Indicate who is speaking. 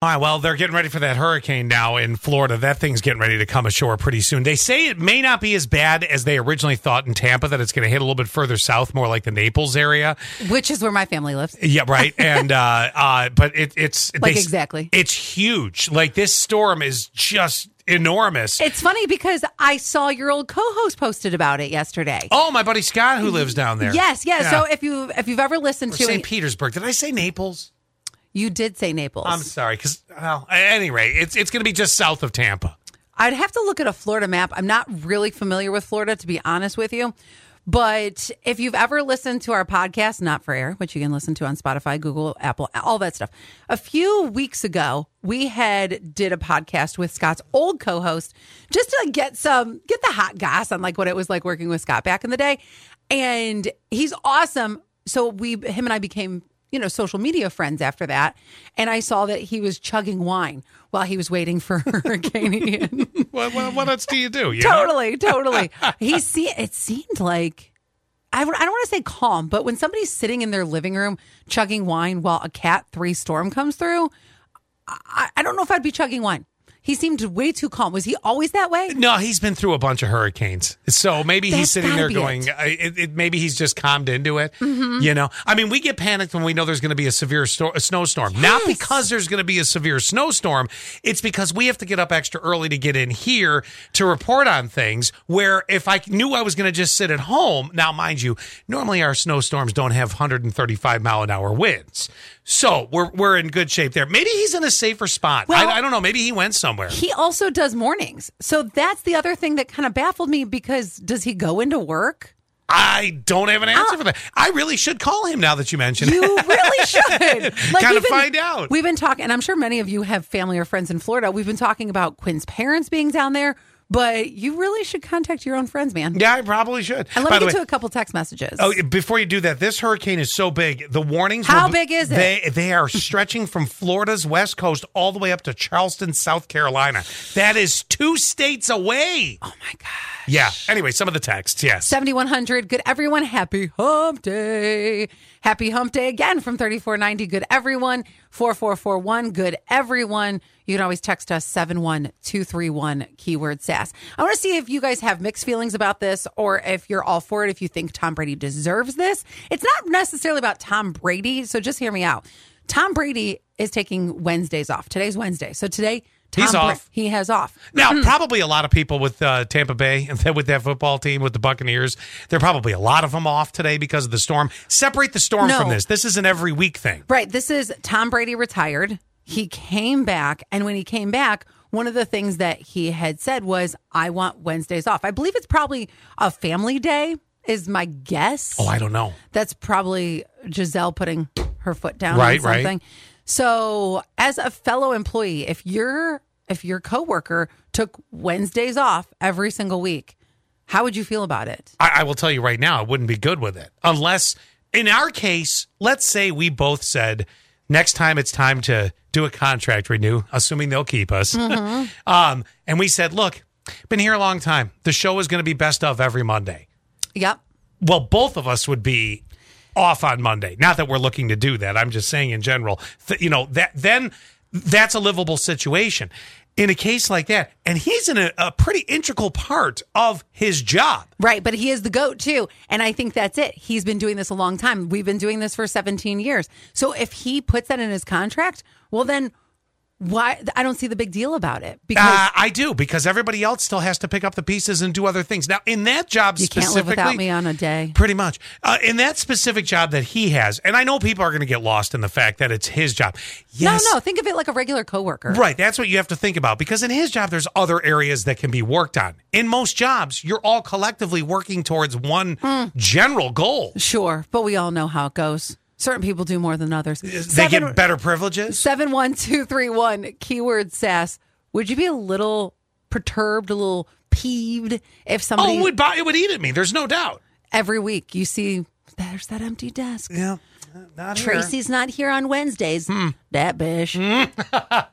Speaker 1: All right, well, they're getting ready for that hurricane now in Florida. That thing's getting ready to come ashore pretty soon. They say it may not be as bad as they originally thought in Tampa, that it's going to hit a little bit further south, more like the Naples area.
Speaker 2: which is where my family lives.
Speaker 1: Yeah, right. And, uh, uh, but it, it's,
Speaker 2: Like exactly.
Speaker 1: It's huge. Like this storm is just enormous.
Speaker 2: It's funny because I saw your old co-host posted about it yesterday.
Speaker 1: oh, my buddy Scott, who lives down there.
Speaker 2: Yes, yes.
Speaker 1: Yeah.
Speaker 2: So if you if you've ever listened
Speaker 1: Or
Speaker 2: to
Speaker 1: St.
Speaker 2: it,
Speaker 1: Petersburg. Did I say Naples?
Speaker 2: you did say Naples.
Speaker 1: I'm sorry, because well, at any rate, it's it's going to be just south of Tampa.
Speaker 2: I'd have to look at a Florida map. I'm not really familiar with Florida, to be honest with you. But if you've ever listened to our podcast, Not for Air, which you can listen to on Spotify, Google, Apple, all that stuff. A few weeks ago, we had did a podcast with Scott's old co-host just to like, get some get the hot goss on like what it was like working with Scott back in the day. And he's awesome. So we him and I became you know, social media friends after that. And I saw that he was chugging wine while he was waiting for Hurricane Ian.
Speaker 1: What, what, what else do you do? You know?
Speaker 2: totally, totally. He see it seemed like I, w- I don't want to say calm, but when somebody's sitting in their living room chugging wine while a cat three storm comes through, I, I don't know if I'd be chugging wine. He seemed way too calm. Was he always that way?
Speaker 1: No, he's been through a bunch of hurricanes, so maybe he's
Speaker 2: That's
Speaker 1: sitting
Speaker 2: gotta
Speaker 1: there
Speaker 2: be
Speaker 1: going,
Speaker 2: it.
Speaker 1: I- it, it, "Maybe he's just calmed into it."
Speaker 2: Mm-hmm.
Speaker 1: You know, I mean, we get panicked when we know there's going to be a severe sto- a snowstorm, not
Speaker 2: Yes.
Speaker 1: because there's going to be a severe snowstorm. It's because we have to get up extra early to get in here to report on things. Where if I knew I was going to just sit at home, now mind you, normally our snowstorms don't have 135 mile an hour winds, so we're we're in good shape there. Maybe he's in a safer spot.
Speaker 2: Well-
Speaker 1: I, I don't know. Maybe he went somewhere.
Speaker 2: He also does mornings. So that's the other thing that kind of baffled me because does he go into work?
Speaker 1: I don't have an answer for that. I really should call him now that you mention
Speaker 2: You
Speaker 1: it.
Speaker 2: really should.
Speaker 1: Gotta
Speaker 2: we've been-
Speaker 1: find out.
Speaker 2: We've been talking, and I'm sure many of you have family or friends in Florida. We've been talking about Quinn's parents being down there, but you really should contact your own friends, man.
Speaker 1: Yeah, I probably should.
Speaker 2: And let
Speaker 1: By the
Speaker 2: me get
Speaker 1: way,
Speaker 2: to a couple text messages.
Speaker 1: oh, before you do that, this hurricane is so big. The warnings.
Speaker 2: How
Speaker 1: were-
Speaker 2: big is it?
Speaker 1: They they are stretching from Florida's west coast all the way up to Charleston, South Carolina. That is two states away.
Speaker 2: Oh my God.
Speaker 1: Yeah. Anyway, some of the texts. Yes.
Speaker 2: 7100. Good everyone. Happy hump day. Happy hump day again from 3490. Good everyone. 4441. Good everyone. You can always text us 71231 keyword sass. I want to see if you guys have mixed feelings about this or if you're all for it, if you think Tom Brady deserves this. It's not necessarily about Tom Brady. So just hear me out. Tom Brady is taking Wednesdays off. Today's Wednesday. So today, Tom
Speaker 1: He's off.
Speaker 2: he has off.
Speaker 1: Now, probably a lot of people with uh, Tampa Bay and then with that football team with the Buccaneers, there are probably a lot of them off today because of the storm. Separate the storm
Speaker 2: No.
Speaker 1: from this. This is an every week thing.
Speaker 2: Right. This is Tom Brady retired. He came back. And when he came back, one of the things that he had said was, I want Wednesdays off. I believe it's probably a family day, is my guess.
Speaker 1: Oh, I don't know.
Speaker 2: That's probably Giselle putting her foot down
Speaker 1: Right,
Speaker 2: on
Speaker 1: right.
Speaker 2: something. So, as a fellow employee, if your if your coworker took Wednesdays off every single week, how would you feel about it?
Speaker 1: I, I will tell you right now, I wouldn't be good with it. Unless, in our case, let's say we both said, next time it's time to do a contract renew, assuming they'll keep us. um, and we said, look, been here a long time. The show is going to be best of every Monday.
Speaker 2: Yep.
Speaker 1: Well, both of us would be off on Monday. Not that we're looking to do that. I'm just saying in general, th- you know, that then that's a livable situation. In a case like that, and he's in a, a pretty integral part of his job.
Speaker 2: Right, but he is the goat too, and I think that's it. He's been doing this a long time. We've been doing this for 17 years. So if he puts that in his contract, well then why I don't see the big deal about it because
Speaker 1: Uh, I do because everybody else still has to pick up the pieces and do other things. Now, in that job
Speaker 2: you can't live
Speaker 1: specifically,
Speaker 2: without me on a day.
Speaker 1: pretty much uh, in that specific job that he has, and I know people are going to get lost in the fact that it's his job. Yes,
Speaker 2: No, no, think of it like a regular coworker.
Speaker 1: Right, that's what you have to think about because in his job, there's other areas that can be worked on. In most jobs, you're all collectively working towards one
Speaker 2: Hmm.
Speaker 1: general goal.
Speaker 2: Sure, but we all know how it goes. Certain people do more than others.
Speaker 1: They get better privileges.
Speaker 2: 71231 keyword sass. Would you be a little perturbed, a little peeved if
Speaker 1: Oh,
Speaker 2: somebody
Speaker 1: it would, buy, it would eat at me. There's no doubt.
Speaker 2: every week you see there's that empty desk?
Speaker 1: Yeah, not here.
Speaker 2: Tracy's not here on Wednesdays. That bitch.